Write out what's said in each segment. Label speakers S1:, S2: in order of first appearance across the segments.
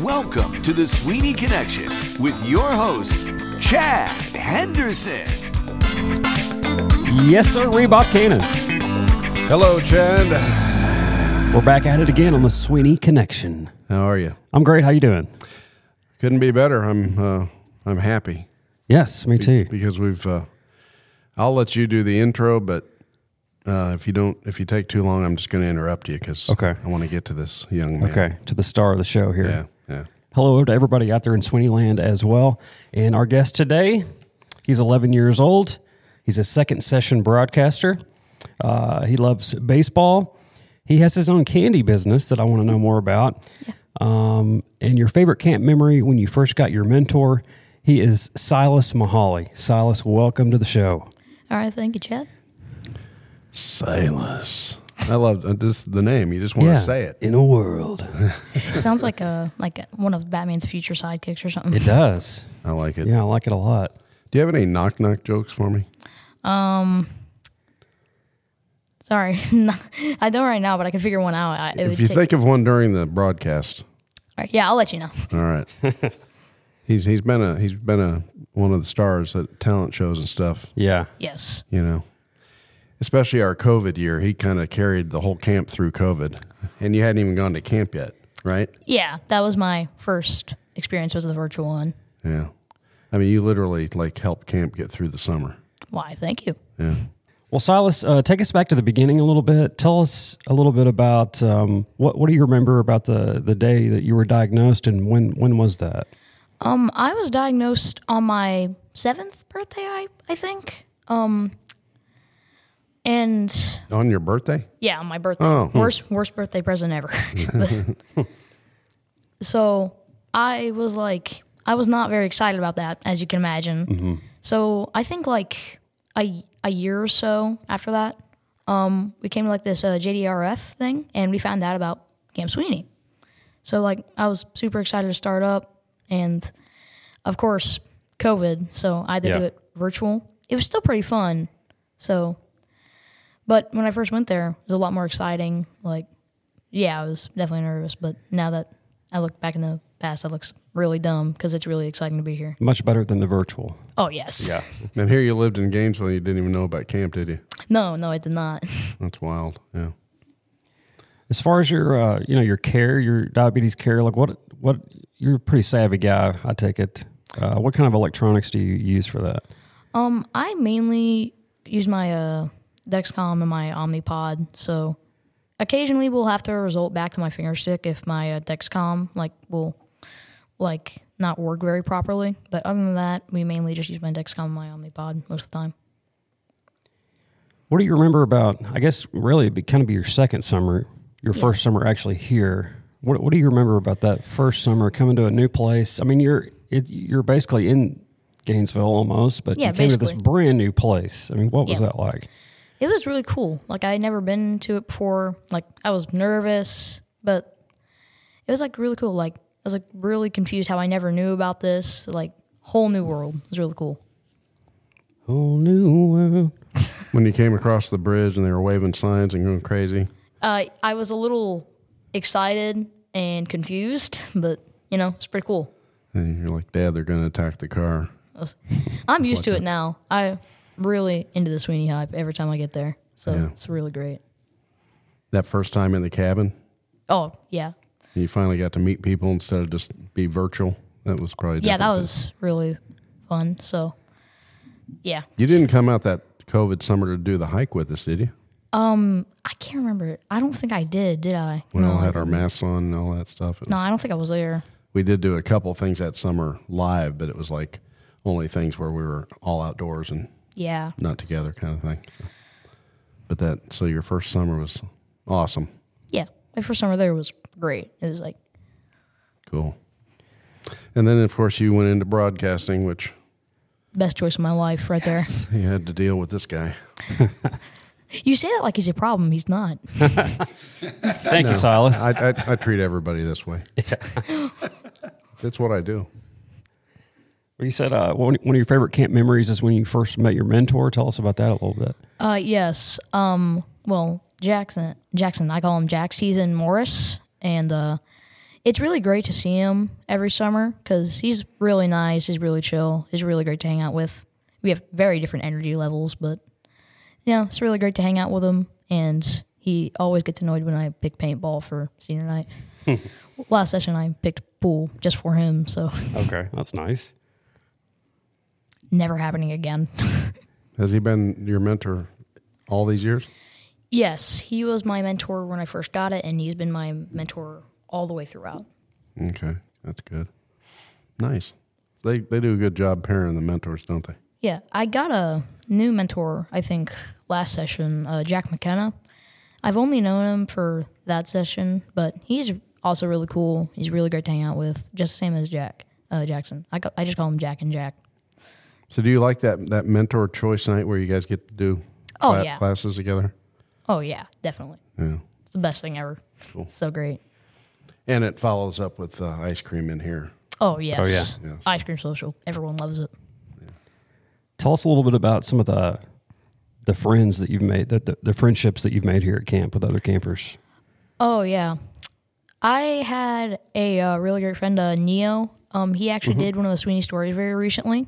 S1: Welcome to the Sweeney Connection with your host, Chad Henderson.
S2: Yes, sir, Reebok Cannon.
S3: Hello, Chad.
S2: We're back at it again on the Sweeney Connection.
S3: How are you?
S2: I'm great. How you doing?
S3: Couldn't be better. I'm uh, I'm happy
S2: Yes, me too.
S3: because we've. Uh, I'll let you do the intro, but uh, if you don't, if you take too long, I'm just going to interrupt you because
S2: Okay.
S3: I want to get to this young man.
S2: Okay, to the star of the show here.
S3: Yeah. Yeah.
S2: Hello to everybody out there in Sweeney Land as well. And our guest today, he's 11 years old. He's a second session broadcaster. Uh, he loves baseball. He has his own candy business that I want to know more about. Um, and your favorite camp memory when you first got your mentor, he is Silas Mahaly. Silas, welcome to the show.
S4: All right, thank you, Chad.
S3: Silas. I love uh, just the name. You just want to say it.
S2: In a world.
S4: It sounds like a like a- one of Batman's future sidekicks or something.
S2: It does.
S3: I like it.
S2: Yeah, I like it a lot.
S3: Do you have any knock knock jokes for me?
S4: Sorry, I don't right now, but I can figure one out. I, it
S3: if
S4: would
S3: you
S4: take,
S3: think of one during the broadcast,
S4: All right, yeah, I'll let you know.
S3: All right. he's he's been a he's been a one of the stars at talent shows and stuff.
S2: Yeah.
S4: Yes,
S3: You know, especially our COVID year, he kind of carried the whole camp through COVID, and you hadn't even gone to camp yet, right?
S4: yeah, that was my first experience was the virtual one.
S3: Yeah. I mean, you literally like helped camp get through the summer.
S4: Why? Thank you.
S3: Yeah.
S2: Well, Silas, uh, take us back to the beginning a little bit. Tell us a little bit about um, what what do you remember about the the day that you were diagnosed, and when when was that?
S4: Um, I was diagnosed on my seventh birthday, I I think. Um, and
S3: On your birthday?
S4: Yeah, on my birthday.
S3: Oh.
S4: Worst worst birthday present ever. so I was like, I was not very excited about that, as you can imagine. So I think like a a year or so after that, um, we came to like this uh, JDRF thing, and we found out about Camp Sweeney. So like I was super excited to start up, and of course COVID. So I had to
S2: Yeah.
S4: do it virtual. It was still pretty fun. So but when I first went there, it was a lot more exciting. Like, yeah, I was definitely nervous, but now that I look back in the past, that looks really dumb because it's really exciting to be here.
S2: Much better than the virtual.
S4: Oh yes,
S3: And here you lived in Gainesville, you didn't even know about camp, did you?
S4: no, no, it did not.
S3: That's wild. Yeah.
S2: As far as your uh, you know your care, your diabetes care, like what what you're a pretty savvy guy, I take it. Uh, what kind of electronics do you use for that?
S4: Um, I mainly use my uh, Dexcom and my Omnipod, so occasionally we'll have to result back to my finger stick if my uh, Dexcom like will like not work very properly. But other than that, we mainly just use my Dexcom and my Omnipod most of the time.
S2: What do you remember about? I guess really it'd be kind of be your second summer, your first summer actually here. What, what do you remember about that first summer coming to a new place? I mean, you're it, you're basically in Gainesville almost, but
S4: Yeah,
S2: you came to this
S4: basically.
S2: brand new place. I mean, what was
S4: Yeah.
S2: that like?
S4: It was really cool. Like I had never been to it before. Like I was nervous, but it was like really cool. Like I was like really confused how I never knew about this. Like whole new world. It was really cool.
S2: Whole new world.
S3: When you came across the bridge and they were waving signs and going crazy.
S4: Uh, I was a little excited and confused, but you know it's pretty cool.
S3: And you're like, Dad, they're gonna attack the car.
S4: I was- I'm used to it now. I really into the Sweeney hype every time I get there. So
S3: Yeah.
S4: it's really great.
S3: That first time in the cabin,
S4: Oh yeah,
S3: You finally got to meet people instead of just be virtual. That was probably
S4: yeah. That
S3: different.
S4: was really fun. So yeah.
S3: You didn't come out that COVID summer to do the hike with us, did you?
S4: I can't remember. it. I don't think I did. Did I?
S3: We all
S4: I
S3: had our
S4: didn't.
S3: masks on and all that stuff. It
S4: No,
S3: was-
S4: I don't think I was there.
S3: We did do a couple things that summer live, but it was like only things where we were all outdoors and
S4: Yeah,
S3: not together, kind of thing. So- But that so your first summer was awesome,
S4: yeah. My first summer there was great. It was like,
S3: cool. And then of course you went into broadcasting, which
S4: best choice of my life right
S3: you had to deal with this guy.
S4: there. You say that like he's a problem. He's not.
S2: Thank you, Silas.
S3: I, I, I treat everybody this way. That's what I do.
S2: Well, you said uh, one one of your favorite camp memories is when you first met your mentor. Tell us about that a little bit.
S4: Uh, yes. Um, well, Jackson, Jackson, I call him Jax. He's in Morris, and uh, it's really great to see him every summer because he's really nice. He's really chill. He's really great to hang out with. We have very different energy levels, but yeah, it's really great to hang out with him. And he always gets annoyed when I pick paintball for senior night. Last session, I picked pool just for him, so
S2: Okay, that's nice.
S4: never happening again.
S3: Has he been your mentor all these years?
S4: Yes, he was my mentor when I first got it, and he's been my mentor all the way throughout.
S3: Okay, that's good. Nice. They they do a good job pairing the mentors, don't they?
S4: Yeah, I got a new mentor, I think, last session, uh, Jack McKenna. I've only known him for that session, but he's also really cool. He's really great to hang out with, just the same as Jack uh, Jackson. I, ca- I just call him Jack and Jack.
S3: So do you like that that mentor choice night where you guys get to do
S4: Oh,
S3: cla-
S4: yeah.
S3: classes together?
S4: Oh, yeah, definitely.
S3: Yeah.
S4: It's the best thing ever. So great.
S3: And it follows up with uh, ice cream in here.
S4: Oh, yes.
S3: yeah. Yes.
S4: Ice cream social. Everyone loves it.
S2: Tell us a little bit about some of the the friends that you've made, that the, the friendships that you've made here at camp with other campers.
S4: Oh yeah, I had a uh, really great friend, uh, Neo. Um, he actually did one of the Sweeney stories very recently,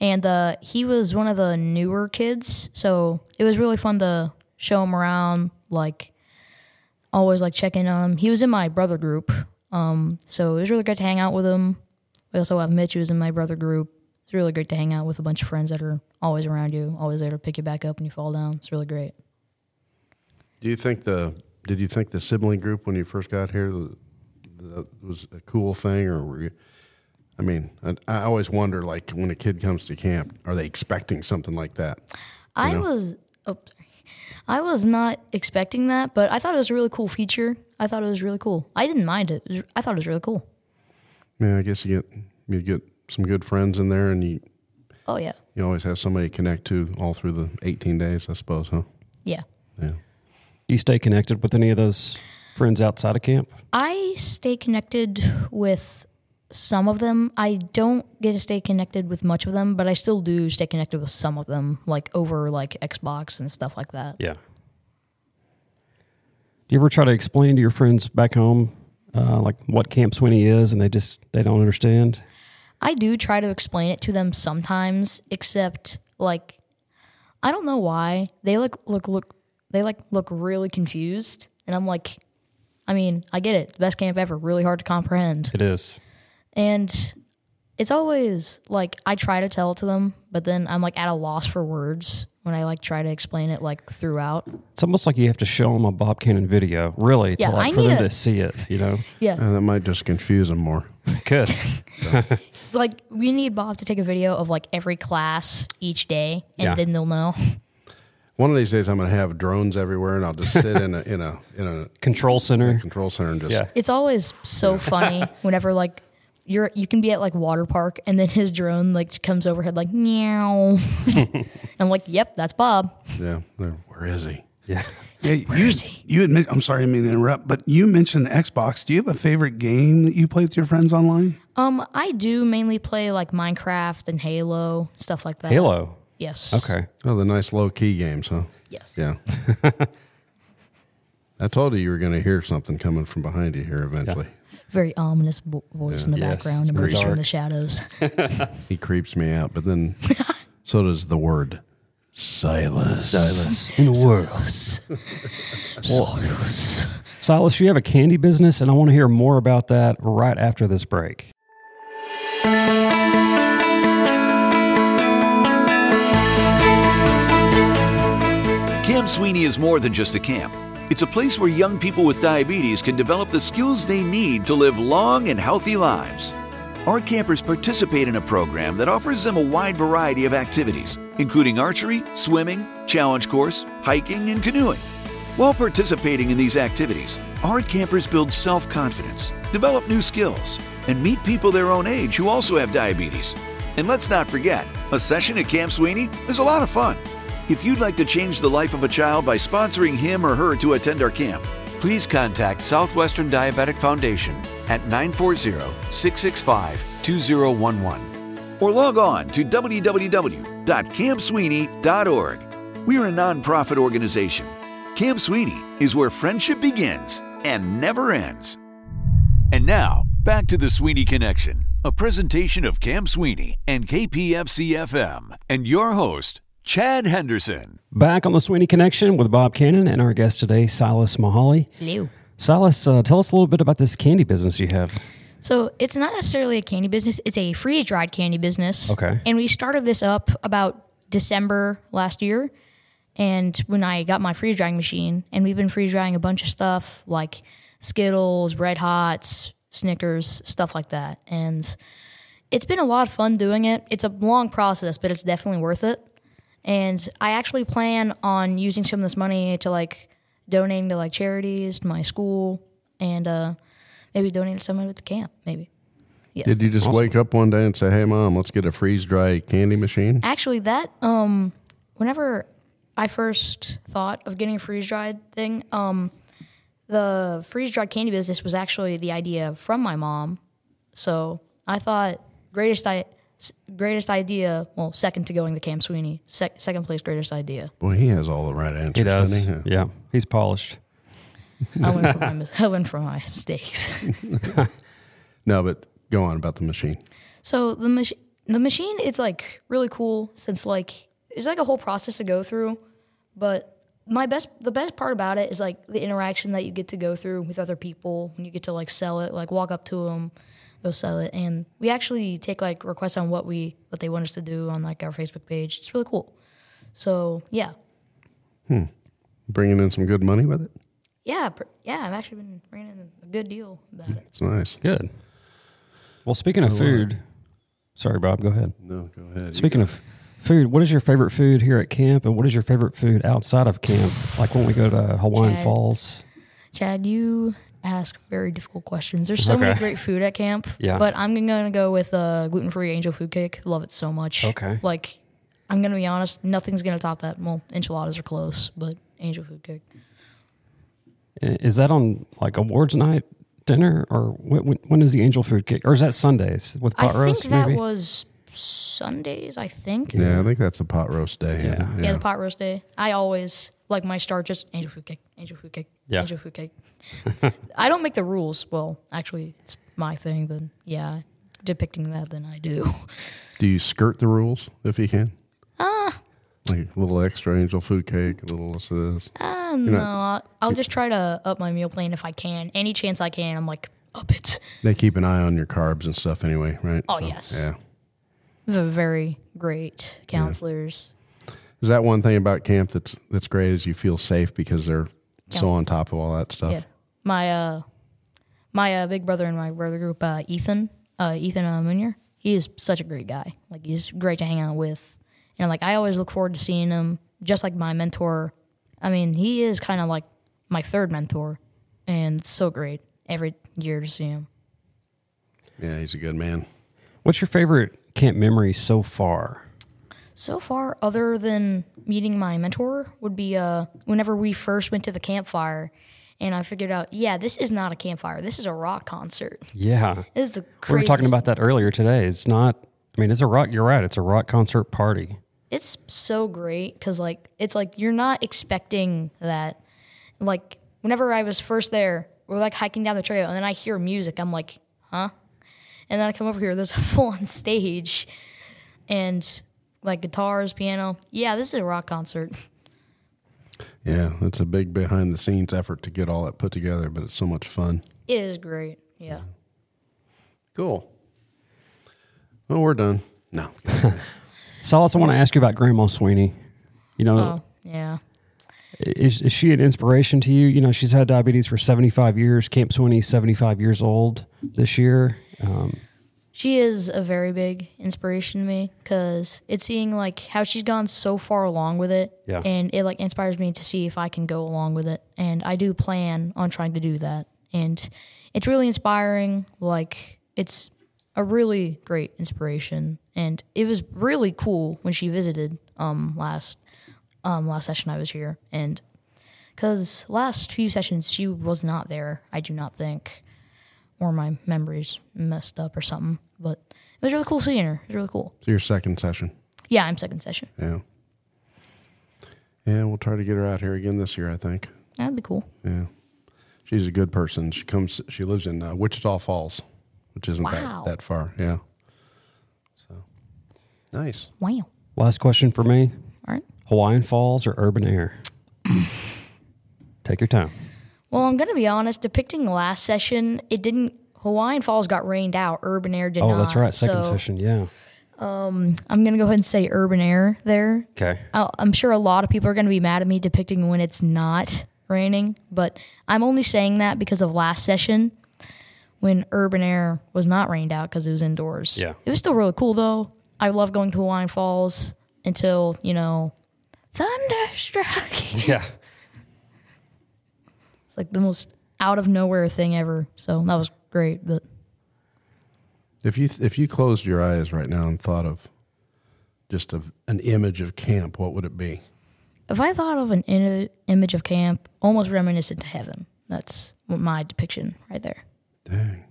S4: and uh, he was one of the newer kids, so it was really fun to show him around. Like, always like check in on him. He was in my brother group, um, so it was really good to hang out with him. We also have Mitch, who's in my brother group. It's really great to hang out with a bunch of friends that are always around you, always there to pick you back up when you fall down. It's really great.
S3: Do you think the did you think the sibling group when you first got here th- that was a cool thing, or were you? I mean, I, I always wonder, like when a kid comes to camp, are they expecting something like that?
S4: I was oh sorry. I was not expecting that, but I thought it was a really cool feature. I thought it was really cool. I didn't mind it. It was- I thought it was really cool.
S3: Yeah, I guess you get you get some good friends in there, and you
S4: Oh yeah.
S3: you always have somebody to connect to all through the 18 days, I suppose, huh?
S4: Yeah.
S3: Yeah.
S2: Do you stay connected with any of those friends outside of camp?
S4: I stay connected with some of them. I don't get to stay connected with much of them, but I still do stay connected with some of them, like over like Xbox and stuff like that.
S2: Yeah. Do you ever try to explain to your friends back home, uh, like what Camp Sweeney is, and they just they don't understand?
S4: I do try to explain it to them sometimes, except like I don't know why they like look look they like look really confused, and I'm like, I mean, I get it, best camp ever, really hard to comprehend,
S2: It is.
S4: and it's always like I try to tell it to them, but then I'm like at a loss for words when I like try to explain it like throughout.
S2: It's almost like you have to show them a Bob Cannon video, really,
S4: Yeah,
S2: to like
S4: I
S2: for
S4: need
S2: them
S4: a-
S2: to see it. You know,
S4: Yeah,
S3: And Uh, that might just confuse them more.
S2: good.
S4: like we need Bob to take a video of like every class each day, and
S2: Yeah.
S4: then they'll know.
S3: One of these days, I'm going to have drones everywhere, and I'll just sit in a in a in a
S2: Control center.
S3: control center and just
S2: Yeah.
S4: It's always so funny whenever like you're you can be at like water park and then his drone like comes overhead like meow. And I'm like, yep, that's Bob.
S3: yeah. There, where is he?
S2: Yeah.
S5: Yeah, you, you admit, I'm sorry, I didn't mean to interrupt, but you mentioned Xbox. Do you have a favorite game that you play with your friends online?
S4: Um, I do mainly play like Minecraft and Halo stuff like that.
S2: Halo.
S4: yes.
S2: Okay.
S3: Oh, the nice low key games, huh?
S4: Yes.
S3: Yeah. I told you you were going to hear something coming from behind you here eventually.
S4: Very ominous vo- voice in the
S2: Yes,
S4: background
S2: very
S4: emerges from
S2: dark.
S4: the shadows.
S3: He creeps me out, but then so does the word silence.
S2: Silas in the world. Silas. Silas, you have a candy business, and I want to hear more about that right after this break.
S1: Camp Sweeney is more than just a camp. It's a place where young people with diabetes can develop the skills they need to live long and healthy lives. Our campers participate in a program that offers them a wide variety of activities, including archery, swimming, challenge course, hiking, and canoeing. While participating in these activities, our campers build self confidence, develop new skills, and meet people their own age who also have diabetes. And let's not forget, a session at Camp Sweeney is a lot of fun. If you'd like to change the life of a child by sponsoring him or her to attend our camp, please contact Southwestern Diabetic Foundation at 940 665 2011. or log on to www.campsweeney.org. We're a nonprofit organization. Camp Sweeney is where friendship begins and never ends. And now, back to the Sweeney Connection, a presentation of Camp Sweeney and KPFC FM, and your host, Chad Henderson.
S2: Back on the Sweeney Connection with Bob Cannon and our guest today, Silas Mahali.
S4: Hello.
S2: Silas, uh, tell us a little bit about this candy business you have.
S4: So it's not necessarily a candy business; it's a freeze dried candy business.
S2: Okay.
S4: And we started this up about December last year, and when I got my freeze drying machine, and we've been freeze drying a bunch of stuff like Skittles, Red Hots, Snickers, stuff like that, and it's been a lot of fun doing it. It's a long process, but it's definitely worth it. And I actually plan on using some of this money to like donating to like charities, to my school, and uh, maybe donating to somebody with the camp. Maybe. Yes.
S3: Did you just wake up one day and say, "Hey, mom, let's get a freeze dry candy machine"?
S4: Actually, that um, whenever I first thought of getting a freeze dried thing, um, the freeze dried candy business was actually the idea from my mom. So I thought greatest I greatest idea. Well, second to going to Camp Sweeney, sec- second place greatest idea.
S3: Boy, he has all the right answers.
S2: He does.
S3: doesn't he?
S2: Yeah, he's polished.
S4: I went for my mis- I went for my mistakes.
S3: No, but go on about the machine.
S4: So the machine, the machine, it's like really cool since like it's like a whole process to go through. But my best, the best part about it is like the interaction that you get to go through with other people when you get to like sell it, like walk up to them, go sell it, and we actually take like requests on what we what they want us to do on like our Facebook page. It's really cool. So yeah,
S3: Bringing in some good money with it.
S4: yeah, pr- yeah. I've actually been running a good deal about it.
S3: It's nice.
S2: Good. Well, speaking of food, sorry, Bob, go ahead.
S3: No, go ahead.
S2: Speaking of food, what is your favorite food here at camp, and what is your favorite food outside of camp? like when we go to Hawaiian
S4: Chad.
S2: Falls.
S4: Chad, you ask very difficult questions. There's so many
S2: Okay.
S4: great food at camp.
S2: Yeah.
S4: But I'm gonna go with uh, gluten free angel food cake. Love it so much.
S2: Okay.
S4: Like, I'm gonna be honest, nothing's gonna top that. Well, enchiladas are close, but angel food cake.
S2: I- Is that on like awards night dinner, or when, when, when is the angel food kick, or is that Sundays with pot
S4: I
S2: roast?
S4: think that
S2: maybe?
S4: was Sundays. I think.
S3: yeah, I think that's a pot roast day.
S2: Yeah.
S4: Yeah, the pot roast day. I always like my start just angel food cake, angel food cake,
S2: Yeah.
S4: angel food cake. I don't make the rules. Well, actually, it's my thing. Then yeah, depicting that, then I do.
S3: Do you skirt the rules if you can? Ah. Like a little extra angel food cake, a little this. this.
S4: No, I- I'll just try to up my meal plan if I can. Any chance I can, I'm like up it.
S3: They keep an eye on your carbs and stuff anyway, right?
S4: Oh, yes.
S3: Yeah.
S4: The very great counselors.
S3: Is that one thing about camp that's that's great is you feel safe because they're so
S4: Yeah.
S3: on top of all that stuff.
S4: Yeah, my uh, my uh, big brother in my brother group, uh, Ethan, uh, Ethan uh, Munier. He is such a great guy. Like he's great to hang out with, and like I always look forward to seeing him. Just like my mentor. I mean, he is kind of like my third mentor, and it's so great every year to see him.
S3: Yeah, he's a good man.
S2: What's your favorite camp memory so far?
S4: So far, other than meeting my mentor, would be uh, whenever we first went to the campfire, and I figured out, yeah, this is not a campfire. This is a rock concert.
S2: Yeah,
S4: This is the
S2: we were
S4: craziest.
S2: talking about that earlier today. It's not. I mean, it's a rock. You're right. It's a rock concert party.
S4: It's so great because like it's like you're not expecting that. Like whenever I was first there, we're like hiking down the trail, and then I hear music. I'm like, huh? And then I come over here. There's a full on stage, and like guitars, piano. Yeah, this is a rock concert.
S3: Yeah, it's a big behind the scenes effort to get all that put together, but it's so much fun.
S4: It is great. Yeah.
S3: Cool. Well, we're done. No.
S2: Silas, I want to ask you about Grandma Sweeney. You know,
S4: Oh, yeah.
S2: is, is she an inspiration to you? You know, she's had diabetes for 75 years. Camp Sweeney, 75 years old this year. Um,
S4: She is a very big inspiration to me because it's seeing like how she's gone so far along with it,
S2: Yeah.
S4: and it like inspires me to see if I can go along with it, and I do plan on trying to do that, and it's really inspiring. Like it's a really great inspiration, and it was really cool when she visited um last um last session I was here, and because last few sessions she was not there, I do not think or my memories messed up or something. But it was really cool seeing her. It was really cool.
S3: So your second session.
S4: Yeah, I'm second session.
S3: Yeah. Yeah, we'll try to get her out here again this year, I think.
S4: That'd be cool.
S3: Yeah. She's a good person. She comes she lives in uh, Wichita Falls, which isn't
S4: Wow.
S3: that, that far. Yeah. So nice.
S4: Wow. All
S2: Last question for me
S4: right.
S2: Hawaiian Falls or urban air? Take your time.
S4: Well, I'm gonna be honest. Depicting the last session, it didn't. Hawaiian Falls got rained out. Urban Air did
S2: Oh,
S4: not.
S2: that's right. Second
S4: so
S2: session. Yeah.
S4: I'm gonna go ahead and say Urban Air there.
S2: Okay.
S4: I'll, I'm sure a lot of people are going to be mad at me depicting when it's not raining, but I'm only saying that because of last session when urban air was not rained out because it was indoors.
S2: Yeah.
S4: It was still really cool though. I love going to Hawaiian Falls until, you know, thunderstruck. it's
S2: Yeah.
S4: like the most out of nowhere thing ever. So that was great, but
S3: If you if you closed your eyes right now and thought of just of an image of camp, what would it be?
S4: if I thought of an in- image of camp, almost reminiscent to heaven. That's what my depiction right there.
S3: Dang,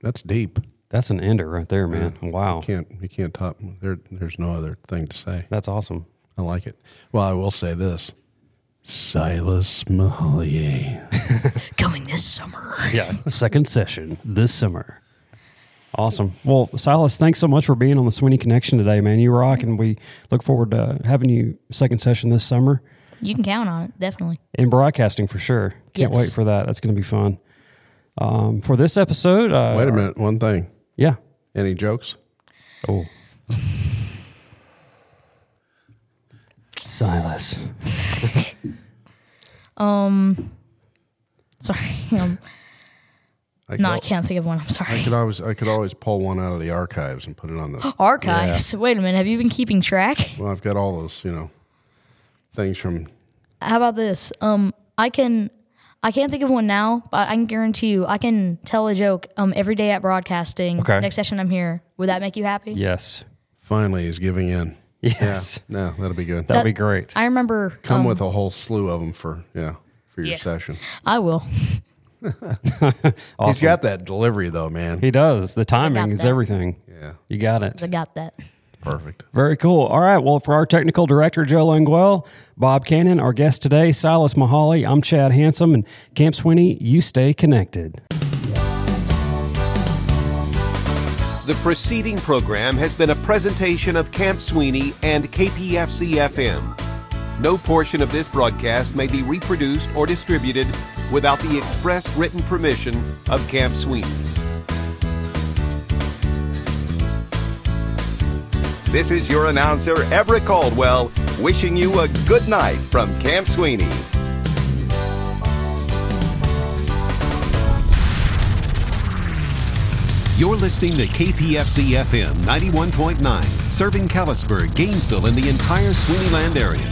S3: that's deep.
S2: That's an ender right there, man. Wow.
S3: Can't you can't top there? There's no other thing to say.
S2: That's awesome.
S3: I like it. Well, I will say this: Silas Mahalia.
S4: Coming this summer.
S2: Yeah. Second session this summer. Awesome. Well, Silas, thanks so much for being on the Sweeney Connection today, man. You rock, and we look forward to having you second session this summer
S4: You can count on it, definitely.
S2: in broadcasting for sure. Can't
S4: Yes.
S2: wait for that. That's going to be fun. Um, for this episode, uh,
S3: Wait a minute. One thing.
S2: yeah.
S3: Any jokes?
S2: Oh. Silas.
S4: Um, Sorry. Um,
S3: I could,
S4: no,
S3: al-
S4: I can't think of one. I'm
S3: I
S4: sorry.
S3: could always I could always pull one out of the archives and put it on the.
S4: Archives. Wait a minute. Have you been keeping track?
S3: Well, I've got all those you know things from
S4: How about this? Um, I can. I can't think of one now, but I can guarantee you, I can tell a joke um, every day at broadcasting.
S2: Okay.
S4: Next session, I'm here. Would that make you happy?
S2: Yes.
S3: finally he's giving in.
S2: Yes.
S3: No, that'll be good.
S2: That'd be great.
S4: I remember.
S3: Come
S4: um,
S3: with a whole slew of them for yeah for your
S4: Yeah.
S3: session.
S4: I will.
S3: He's got that delivery though, man.
S2: He does. The timing is
S4: that.
S2: everything.
S3: yeah,
S2: You got it.
S4: I got that.
S3: perfect.
S2: Very cool. All right. Well, for our technical director, Joe Languel, Bob Cannon, our guest today, Silas Mahaly, I'm Chad Handsome, and Camp Sweeney, you stay connected.
S6: The preceding program has been a presentation of Camp Sweeney and KPFC FM. No portion of this broadcast may be reproduced or distributed without the express written permission of Camp Sweeney.
S7: This is your announcer, Everett Caldwell, wishing you a good night from Camp Sweeney.
S6: You're listening to KPFC FM 91.9, serving Kalispell, Gainesville, and the entire Sweeneyland area.